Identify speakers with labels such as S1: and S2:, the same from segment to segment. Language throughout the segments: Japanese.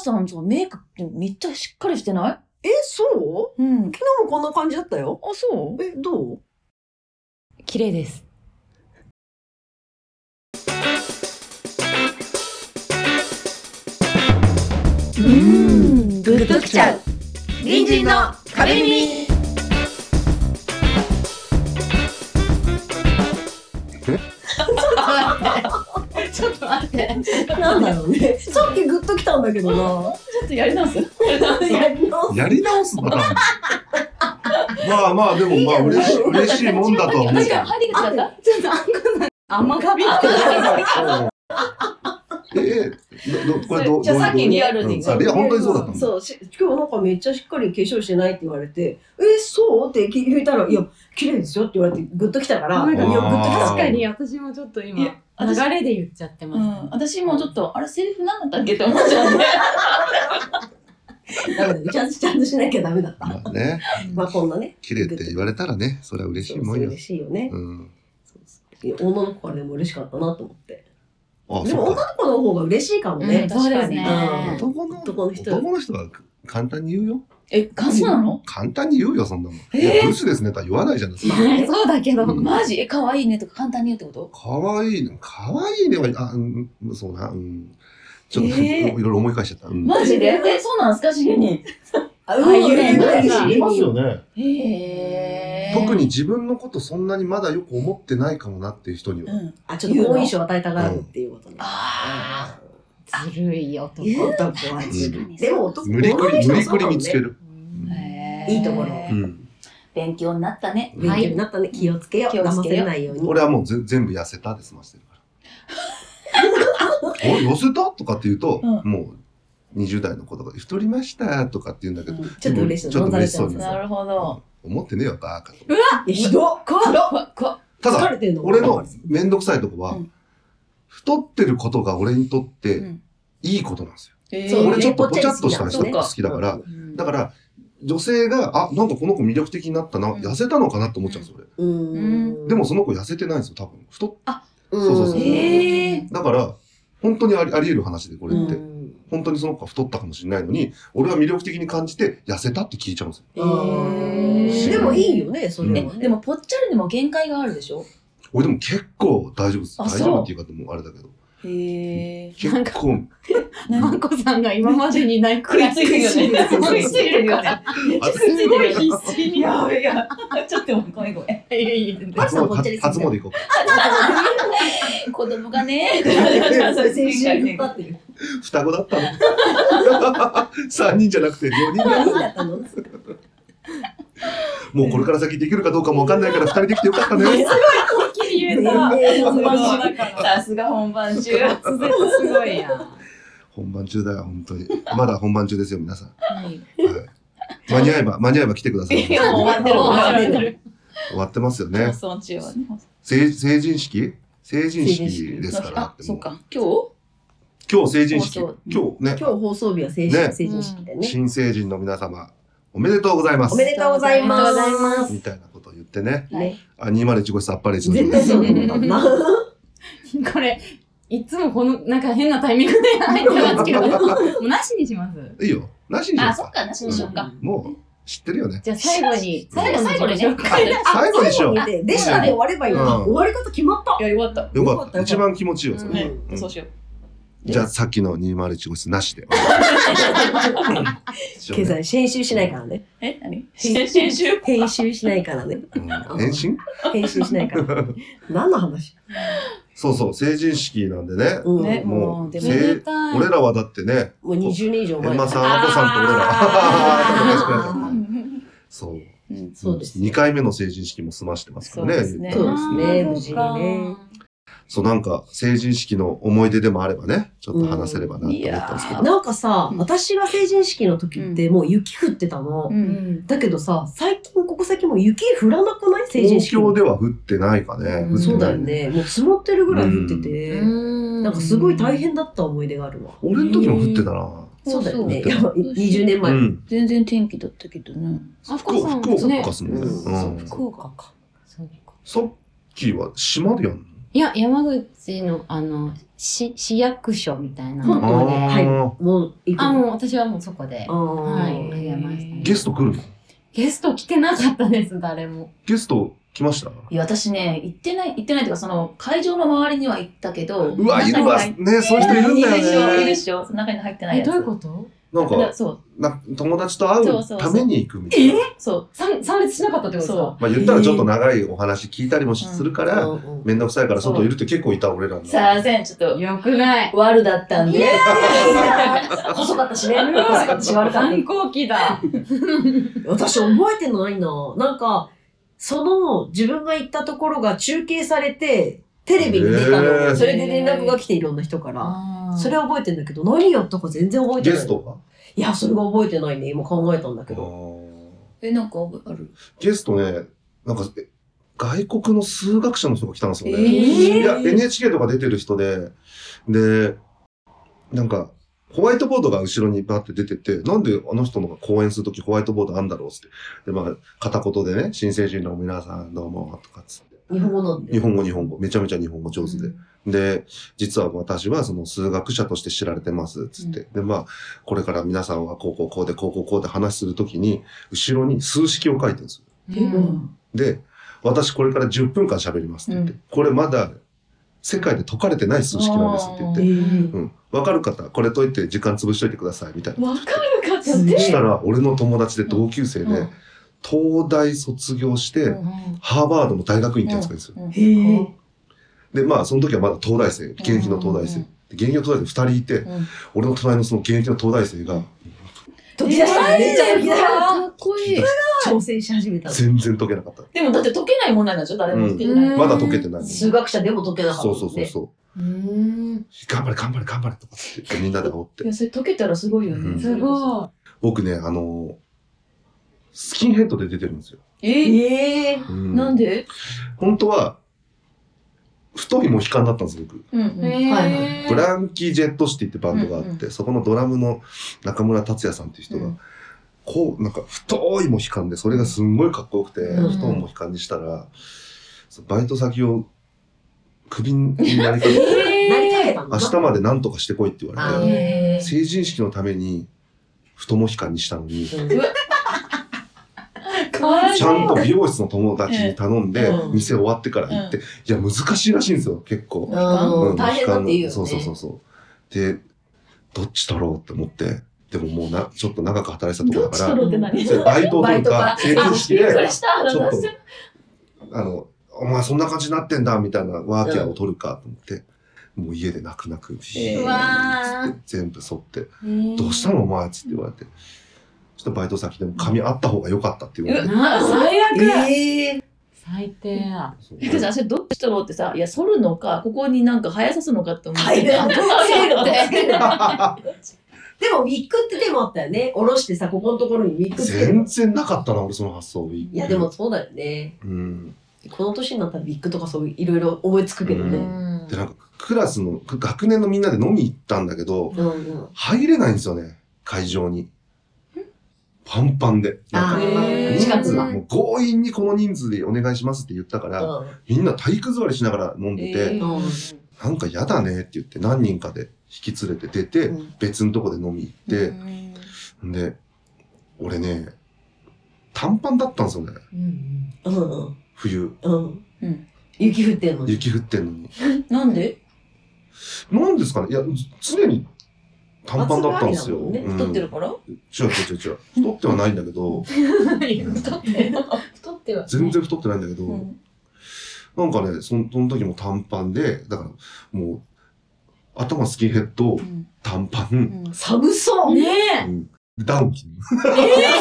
S1: さんさ、メイクってめっちゃしっかりしてな
S2: え、そう
S1: いうん。
S2: 昨日もこんな感じだったよ。
S1: あ、そう
S2: え、どう
S1: 綺麗です。う
S2: ー
S1: ん、グッときちゃう。
S2: 隣人の壁耳
S1: ちょっと待って。
S2: なんだろうね。さっきグッときたんだけどな。
S1: ちょっとやり直す。
S2: やり直す
S3: やり直すのかな まあまあ、でもまあ嬉しい、嬉しいもんだとは思う
S1: 確
S3: け
S1: か
S3: ど
S1: に入り口だった。
S2: ちょっとあんこない。甘がびって。
S3: うんえ、えどどこれどう
S1: じゃあさっきリアル
S3: う
S1: に
S3: ん。さリア本当にそうだったんだ。
S2: そうし今日なんかめっちゃしっかり化粧してないって言われて「えそう?」って聞いたら「いや綺麗ですよ」って言われてグッときたから「
S4: なん
S2: い
S4: か
S2: やグッときた」
S4: 確かに私もちょっと今
S1: い
S4: 流
S1: や私
S4: れで言っちゃって
S1: う
S4: ま
S1: ん、私もちょっと、あれセリフなんだったっけって思っちゃうね。
S2: ダメだちゃんとちゃんとしなきゃダメだった。
S3: まあね、
S4: す。
S2: まあこんなね
S3: 綺麗って言われたらね、それは嬉しい
S2: そ
S3: も
S2: うん
S3: よ
S2: 嬉。しいよね、
S3: うん。
S2: いや女の子からでも嬉しかったなと思って
S3: あ、
S2: でも
S3: そう
S2: 女
S3: か。
S2: の子の方が嬉しいかも
S1: う
S2: ね
S1: ん、
S4: そうですね
S2: うん
S3: 男の
S2: 男の人
S3: 男の人は簡単に言うよ。
S1: え、感想なの
S3: 簡単に言うよ、そんなもん。
S1: えー
S3: いや、ブスですねとは言わないじゃないですか。
S4: はいそうだけど、
S3: うん
S1: マジえ、可愛いねとか簡単に言うってこと
S3: かわいいね。かわいいねは、あ、うん、そうな。うん。ちょっと、
S1: えー
S3: いろいろ思い返しちゃった。うん。
S1: マジでえ、そうなんですかしげに。
S2: あ
S1: あ言うね
S2: 嬉しい
S3: いますよね。
S1: へー
S3: 特に。自分のことそんなにまだよく思ってないかもなっていう人に
S1: う
S3: は。
S1: ん。
S2: あちょっと好印象を与えたがるっていうことね、
S1: あ
S4: ずるい男。
S2: うん男は
S3: うん
S1: 確かに
S2: でも男
S3: 無理く
S2: 女の
S3: り、無理
S2: 人もそ
S3: く
S2: うだもん
S3: り
S2: ね
S3: 見つける。
S4: うん
S1: へー
S2: いいところ
S3: うん。
S1: 勉強になったね。
S2: 勉強になったね、気をつけよう
S1: 気をつ
S2: 騙
S1: けよう
S2: せないように
S3: 俺はもうぜ全部痩せたで済ましてるから。お痩せたとかって言うと、
S1: う
S3: もう20代の子とかで太りましたとかって言うんだけど、
S2: ちょっと嬉しい
S3: ちょっと嬉しそう
S2: 飲
S3: に
S2: ん
S3: さ
S2: だ
S1: なるほど。
S3: 思ってねえよバカと。
S2: いやひどっ
S1: 怖っ怖っ怖っ
S3: った
S2: 疲
S3: だ、
S2: れてんの
S3: 俺のめんどくさいとこは、
S1: うん
S3: 太ってることが俺にとっ
S1: う
S3: て
S1: ん
S3: いいことなんですよ。
S1: え
S2: そう
S3: 俺ちょっとぽちゃっとした
S1: そう
S3: 人
S1: か
S3: が好きだから、
S1: うん
S3: だから、女性が、あ、なんかこの子魅力的になったな、
S1: ん
S3: 痩せたのかなって思っちゃうんですよ、
S2: う
S3: 俺。
S2: ーん
S3: でもその子痩せてないんですよ、多分。太っ、
S2: うん
S3: そうそうそう
S1: へー
S3: だから、本当にありあり得る話で、これ
S2: う
S3: って。
S2: ん
S3: 本当にその子は太ったかもしれないのに、俺は魅力的に感じて痩せたって聞いちゃうんですよ。
S1: え
S3: ー
S1: ー
S2: でもいいよね、それ
S1: え
S2: はね。
S1: でもぽっちゃりにも限界があるでしょ
S3: 俺でも結構大丈夫です。
S1: あ
S3: 大
S1: そう
S3: 丈夫っていう方もあれだけど。
S1: へえ
S3: 結 構、
S4: マンコさんが今までにないく
S1: 食いついてるよね
S4: 食
S1: 食
S4: い
S1: い
S4: つ
S1: つ
S4: い
S1: い
S4: て
S1: て
S4: る
S1: る
S4: よ
S1: よ
S4: ね
S1: ね。
S3: あ
S1: すごい必
S4: 死
S1: いやいや ちょっとごめんごめん
S3: 初
S2: さんぽっちゃり
S3: 詣
S2: する
S3: 初詣行こうか。
S1: 子供が ね
S2: 先週言ったっていう。
S3: 双子だったの。3人じゃ なくて4人だ
S2: 何
S3: った
S2: だったのす
S3: もうこれから先できるかどうかもわかんないから2人できてよかったね。
S4: 本気に
S2: ごい
S4: 言えた。
S1: 本番中
S4: だから。
S1: さすが本番中
S4: 突然すごいや。
S3: 本番中だよ、本当に。まだ本番中ですよ、皆さん。は
S4: はい。
S3: い、間に合えば、間に合えば来てください。
S1: いやもう終わってる
S4: もう
S1: 終わってる
S4: る。
S3: 終わってますよ
S1: 放
S3: ね。
S1: 送中はね
S3: 成成人式
S2: 成
S3: 成人
S2: 人
S3: 式
S2: 式
S3: ですから。
S1: あそうか今
S3: 今日成人式。
S1: 放送
S3: 今日
S2: 今
S3: ね
S2: 日放送日は成
S3: ね
S2: 人成人式でね。
S3: 新成人の皆様、おめでとうございます
S2: お。めでとうございます。
S4: おめでとうございま
S3: みたいなことを言ってね。
S1: 日はい
S3: あ、201号室あっぱれ一の
S2: 絶対そうだもんな。
S4: これ、いつもこの、なんか変なタイミングで入ってますけど、もうなしにします。
S3: いいよ。なしにし
S1: あ
S3: ます
S1: そっ
S3: か。
S1: かなしにしようか
S3: もう、知ってるよね。
S4: じゃあ最後に、
S3: 最
S1: 後
S4: 最後に
S1: 最後にね
S4: 紹介
S3: あ最後にしよう。
S2: で、でしたで終わればいいよな。
S3: うん
S2: 終わり方決まった。
S1: いやよかった
S3: よかった。
S2: よかった
S3: 一番気持ちいいよ、それ
S1: ね
S3: は。うん
S1: そうしよう
S3: じゃあ、さっきの201号室なしで。
S2: 経済編集しないからね。
S1: え何先先週
S2: 編集しないからね。
S3: うん返信
S2: 編集しないから。何の話
S3: そうそう、成人式なんでね。
S2: うん
S1: ねも
S3: も
S1: う
S3: う、
S1: でも
S4: め
S3: せい
S4: でたい。
S3: 俺らはだってね、
S2: もう20年以上
S3: エ
S2: 前
S3: ンマさん、アコさんと俺ら。
S2: あ
S3: 楽しくなっちゃった そう。
S1: うん
S2: そうです
S3: 2回目の成人式も済ましてますからね。
S1: そうですね
S2: そう
S3: そう
S2: ですね無事にね
S3: なんか成人式の思い出でもあればね、ちょっと話せればなと
S1: い
S3: 思ったん
S1: や
S3: ですけ
S1: ー
S3: ど。
S2: なんかさ、
S1: うん
S2: 私が成人式の時ってもう雪降ってたの。
S1: う
S4: うんん。
S2: だけどさ、最近ここ最近もう雪降らなくない成人
S3: 東
S2: 式。
S3: 京では降ってないかね。
S4: うん
S2: そうだよ。ね。もう積もってるぐらい降ってて、
S4: な
S2: なんかすごい大変だった思い出があるわ。
S3: 俺の時も降ってたな。
S2: そうだよね。
S3: そう
S2: やばい20年
S3: う
S2: 前。
S3: ん。
S1: 全然天気だったけどね
S4: あ
S3: 福
S4: さん
S3: 福岡
S4: ね
S3: っすもんね。
S2: うん
S3: うん
S2: 福岡か。
S4: そうか
S3: さっきは島でやんの
S4: いや、山口の、あの、市、市役所みたいなと
S3: あ
S2: どう
S4: こ
S2: ね
S4: で、
S2: はいもう行く
S4: あ、もう私はもうそこで
S2: あ、ー
S4: はいあげましたね
S3: ゲスト来るの
S4: ゲスト来てなかったです、誰も。
S3: ゲスト来ました
S1: いや、私ね、行ってない、行ってないというか、その、会場の周りには行ったけど、
S3: うわ、いるわ。
S1: 中に入っ
S3: ね、そういう人いるんだ
S1: いるでしょ、い
S3: よ
S1: るで
S3: ね。
S1: しょ。その中に入ってない
S4: え、
S1: やつ。
S4: どういうこと
S3: なん
S1: だから
S3: か、
S1: そう、
S3: な友達と会うために行くみたいな。
S1: そ
S4: 参参列しなかったって
S1: う、
S4: ことです
S1: そ
S4: か
S3: まあ言ったらちょっと長いお話聞いたりもし
S1: うん
S3: するから、
S2: うん
S3: めんどくさいから外いるって結構いた俺らの
S1: う。。さあ、せん、ちょっと、
S4: よくない。
S1: 悪だったん
S2: い
S1: で
S2: や。
S1: 細かったしね。
S4: う
S1: 細
S4: わ
S1: かったし、悪かった
S4: 反。抗期 だ。
S2: 私覚えてないな。なんか、その自分が行ったところが中継されて、テレビに出たの。
S3: へー
S2: それで連絡が来ていろんな人から。それは覚えてんだけど、何やったか全然覚えて
S3: ゲ
S2: ない。
S3: ストはい
S2: や、それが覚えてないね。今考えたんだけ
S3: あ
S2: ど。
S3: ー
S1: え、なんかある
S3: ゲストね、なんか、え外国の数学者の人が来たんですよね。
S1: え
S3: いや、
S1: ー
S3: NHK とか出てる人で、で、なんか、ホワイトボードが後ろにバーって出てて、なんであの人のが講演するときホワイトボードあんだろうっつって。で、まあ、片言でね、新成人の皆さんどうも、とかっつって。
S2: 日本語なんで。
S3: 日本語、日本語。めちゃめちゃ日本語上手で。。で、実は私はその数学者として知られてます、つって。で、まあ、これから皆さんはこうこうこうで、こうこうこうで話するときに、後ろに数式を書いてるんですよ。
S4: うん
S3: で、私これから10分間喋りますって言って、
S1: う
S3: これまだ世界で解かれてない数式なんですって言っ
S1: う
S3: て、うん、わかる方、これ解いて時間潰しといてくださいみたいな。
S4: わかるか
S2: すげえ
S3: したら、俺の友達で同級生で、
S1: うん
S3: 東大卒業して、
S1: うん
S3: ハーバードの大学院ってやつがいるんですよ。
S2: へえ。
S3: で、まあ、その時はまだ東大生、現役の東大生。
S1: うん
S3: で現役の東大生2人いて、
S1: うん
S3: 俺の隣のその現役の東大生が、
S2: 解き出しためっちゃ解き出した
S1: かっこいい。
S2: 挑戦し始めたの。
S3: 全然解けなかった。
S1: でもだって解けない問題なんでしょ誰も解けない。
S4: うん
S3: まだ解けてない。
S2: 数学者でも解けなかった
S3: そ
S2: もん
S3: う
S2: ね。
S3: そうそうそう。
S4: うん。
S3: 頑張れ頑張れ頑張れとかって言ってみんなで煽って
S1: い。や、それ解けたらすごいよ
S3: う
S1: ね。
S3: ん
S4: すご
S3: 僕ね、あのースキンヘッドで出てるんですよ。
S1: い。えー
S2: ええ
S3: うん
S1: なんで
S3: 本当は、太いモヒカンだったんです、僕。
S1: うん
S4: い。
S1: うん。
S4: へー
S3: ブランキー・ジェット・シティってバンドがあって、
S1: うん
S3: そこのドラムの中村達也さんっていう人が、
S1: うん
S3: こう、なんか太いモヒカンで、それがすんごいかっこよくて、
S1: うん
S3: 太いモヒカンにしたら、そのバイト先をクビになりかけ て、
S4: へー
S2: 何かけたの
S3: 明日まで何とかしてこいって言われ
S2: あ
S3: て、
S1: えー
S3: 成人式のために太モヒカンにしたのに、
S2: うん
S4: かわいい
S3: ちゃんと美容室の友達に頼んで、
S2: うん
S3: 店終わってから行って、いや、難しいらしいんですよ、結構。
S2: うん
S3: うん
S2: 大変だって言うよね。
S3: そうそうそうそう。で、どっち取ろうって思って、でももうな、ちょっと長く働いてた
S1: ど
S3: ところ
S1: っち
S3: だか
S1: 取
S3: ら、
S1: ろうって何
S3: それバイトを取るか、成
S1: あ
S3: 人式
S1: びっく
S3: で
S1: り、した。
S3: ちょっと
S1: 私、
S3: あの、お前そんな感じになってんだ、みたいなワーキャーを取るかと思って、もう家で泣く泣く、
S1: えー
S4: うわ
S3: つっ
S4: ー
S3: て全部剃って、
S4: へー
S3: どうしたのお前っつって言われて、ちょっとバイト先でも髪あった方が良かったって言われて。
S4: な最悪
S2: ええ
S4: 最低や。
S3: そう
S1: えくじゃん、それどっち取ろうってさ、いや、剃るのか、ここになんか生やさすのかって思って。
S2: 大変
S1: 剃るって
S2: でもウィッグって手もあったよね。下ろしてさ、ここのところにウィッグつける
S3: 全。然なかったな、俺その発想。い
S2: いや、でも、そうだよね。
S3: うん。
S2: この年になったらウィッグとかそういういろいろ思いつくけど
S3: う
S2: ね。
S3: で、なんか、クラスの、学年のみんなで飲み行ったんだけど、
S2: うんうん。
S3: 入れないんですよね、会場に。パンパンで。な
S2: あ
S3: んか
S4: へ
S2: あ、
S4: ー
S2: 近くが。
S3: もう強引にこの人数でお願いしますって言ったから、みんな体育座りしながら飲んでて、
S1: えー
S3: なんか嫌だねって言って何人かで引き連れて出て、
S2: うん
S3: 別のとこで飲み行って、
S1: うん
S3: で、俺ね、短パンだったんですよね、
S4: うん
S2: うんうん
S3: 冬。
S2: うん
S1: う
S2: うんん。雪降ってんのに。
S3: 雪降ってんのに。
S1: なんで
S3: なんですかねいや、常に短パンだったんですよ。
S2: 暑がりだ
S3: うん
S1: 太ってるから
S3: 違う違う違う違う。太ってはないんだけど、
S1: 太ってる。
S4: 太っては
S3: 全然太ってないんだけど、
S1: うん
S3: なんかねその、その時も短パンで、だからもう、頭スキンヘッド、短パ
S1: う
S3: ン、
S1: ん
S2: 寒そう
S4: ね
S3: うんダウン着る。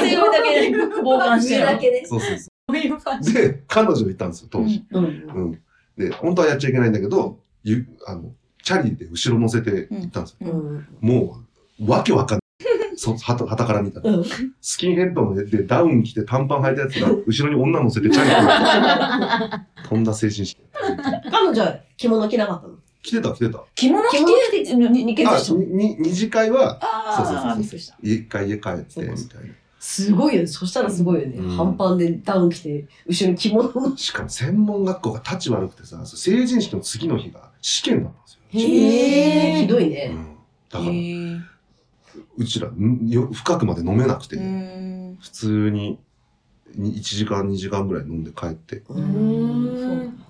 S1: 強いだけで傍観して
S2: 上
S1: る
S2: だけね。
S3: そうそうそ
S4: えいう感
S3: う。で、彼女いたんですよ、当時。
S2: うん
S3: うん。で、本当はやっちゃいけないんだけど、ゆあのチャリで後ろ乗せて行ったんですよ。
S2: うん。うん
S3: もう、わけわかんない。そはたから見たら。
S2: うん。
S3: スキンヘッドのでダウン着て短パン履いたやつが後ろに女乗せてチャリで飛んだ精神式。
S2: 彼女は着物着なかったの
S3: 来てた来てた。
S1: 着物着てにににけず
S3: あ
S1: したの
S3: にに二次会は
S1: あ
S3: そうそうそうそ
S1: あ
S3: う
S1: びっくりした
S3: 一回家帰ってみたいな。
S2: すごいよね。そしたらすごいよね。
S3: うん
S2: 半パンでダウン着て、後ろに着物の。
S3: しかも専門学校が立ち悪くてさ、そう成人式の次の日が試験なんですよ。
S4: へー
S2: ひどい
S3: うん
S2: ね。
S3: だから、うちらんよ深くまで飲めなくて、
S4: うん
S3: 普通にに1時間2時間ぐらい飲んで帰って、
S2: う
S1: ー
S2: ー。
S1: そうん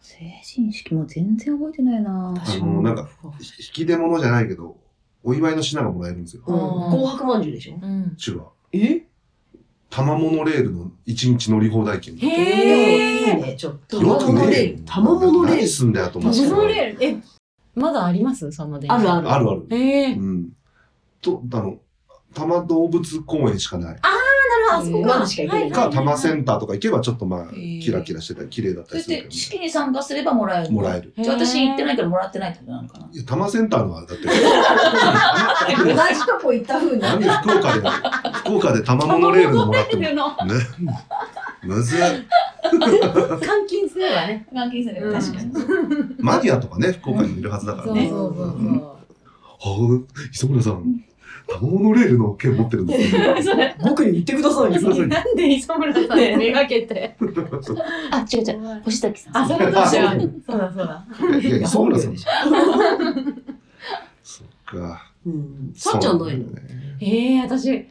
S1: 成人式も全然覚えてないな
S3: あのなんかひ引き出物じゃないけど、お祝いの品がもらえるんですよ。
S2: うん紅白まんじゅうでしょ
S4: うん
S3: うちは。
S2: え
S3: 多摩モノレールの1日乗り放題券。
S4: へ
S2: えいい
S4: え
S2: ね、ちょっと。
S3: よ
S2: 玉
S3: く
S2: モレ
S3: ね
S2: ール。玉モレー
S3: 何
S2: ル。
S3: すんだよと思って。
S4: モノレールえまだありますその電車
S2: あるある。
S3: あるある。
S4: へえ
S3: うん。と、あの、多摩動物公園しかない。
S4: あそこ
S2: ま
S4: か
S2: だしか行けない
S4: は
S3: か、
S4: は
S3: 多摩センターとか行けばちょっとまあ、
S1: ー
S3: キラキラしてたり、綺麗だった
S1: そ
S3: り
S1: し
S3: する
S1: て
S3: け
S1: 式に参加すればもらえる
S3: ど、もらえる。
S1: じゃあ私行ってない
S4: か
S1: からもらってないってことなのかない
S3: や、多摩センターのは、だって、
S2: 同じとこ行った風にな
S3: な
S2: んる。
S3: で福岡で、福岡で多摩モノレールのもらっ ても、ね、むずい。
S4: 監禁すればね
S1: 関係すれ
S2: うん
S1: ば確かに
S3: マニアとかね、福岡にいるはずだから
S4: そう
S3: ね。
S4: そうそうそう
S3: はあ、磯村さん、多摩モノレールの券持ってるんですね。
S2: 僕に言ってくださいよ。
S4: なんで磯村さんめがけて
S1: あ違う違う星崎さん
S4: あそういうことだそうだそうだ
S3: いや、磯村さん。そっか。
S2: うん。さっちゃんないの
S3: そうだよね
S4: ええ私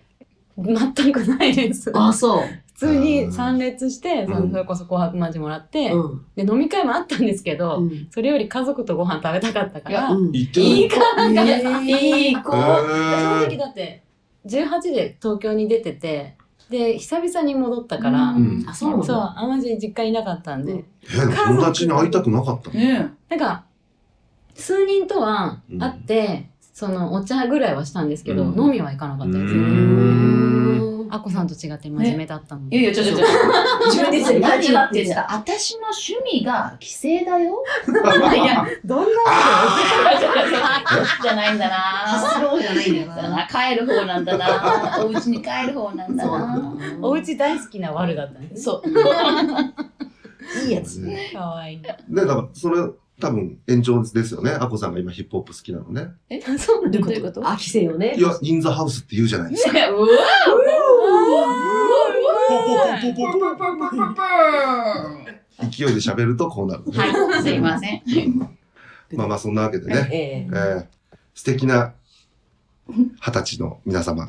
S4: 全くないです
S2: あ、そう。
S4: 普通に参列して、
S3: うん
S4: そのそれこそ紅白まんじゅうもらって、
S2: うん。
S4: で飲み会もあったんですけど、
S2: うん
S4: それより家族とご飯食べたかったから、
S2: うん
S3: 行ってない
S4: いいかなんか、
S2: えー
S4: いい子、その
S3: え
S4: 時だって18で東京に出ててで久々に戻ったから、
S1: うん
S2: あ、そうなん
S4: そう
S2: だ。
S4: あんまり実家いなかったんで、
S2: うん
S3: ー、え友達に会いたくなかったの
S1: ね
S4: なんか数人とは会って、そのお茶ぐらいはしたんですけど、
S3: うん
S4: 飲みは行かなかったですね、
S3: う
S2: うーん
S4: あこさんと違って真面目だったの
S1: い
S4: で、
S1: やいやちょちょちょ
S2: 自分で言ってた
S1: 何
S2: 何
S1: だ
S2: だ
S1: っ
S2: ってて
S1: 言っ
S2: 言ってて
S1: た私の趣味が規制だよ
S4: い やどんなわ
S1: じゃないんだ
S2: 発
S1: な
S2: する方じゃないんだよ
S1: だ
S2: な。
S1: な帰る方なんだなお家に帰る方なんだ
S2: そうな
S1: なん
S2: だ
S4: けお家大好きなワルだったんです
S1: そう
S2: いいやつ。
S3: ね、
S4: かわいい
S3: だから、それ、多分延長ですよね。あこさんが今ヒップホップ好きなのね。
S1: え
S4: そう
S1: どう
S2: どう
S1: い
S2: いう
S1: こ
S2: うこととあ、規制をね
S3: い。や、インザハウスって言うじゃないですか。
S1: ねうわ
S3: ポポポポポポポ勢いで喋るとこうなる、ね。
S1: はいすいません
S3: まあまあ、そんなわけでね。
S2: ええ
S3: えー、素敵な二十歳の皆様、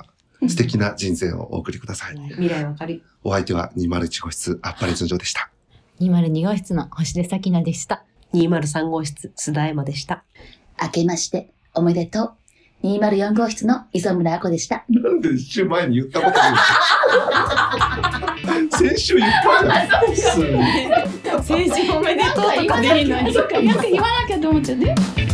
S3: 素敵な人生をお送りください。
S2: 未来は明るい。
S3: お相手は201号室、あっぱれ通常でした。
S4: 202号室の星出咲菜でした。
S2: 203号室、須田エマでした。
S1: 明けましておめでとう204号室の磯村あこでした
S3: なんで一週前に言ったことないの 先週言ったじゃん。すご い
S4: 成人おめでとうとかでいいのに。
S1: なんか言わなきゃと思っちゃって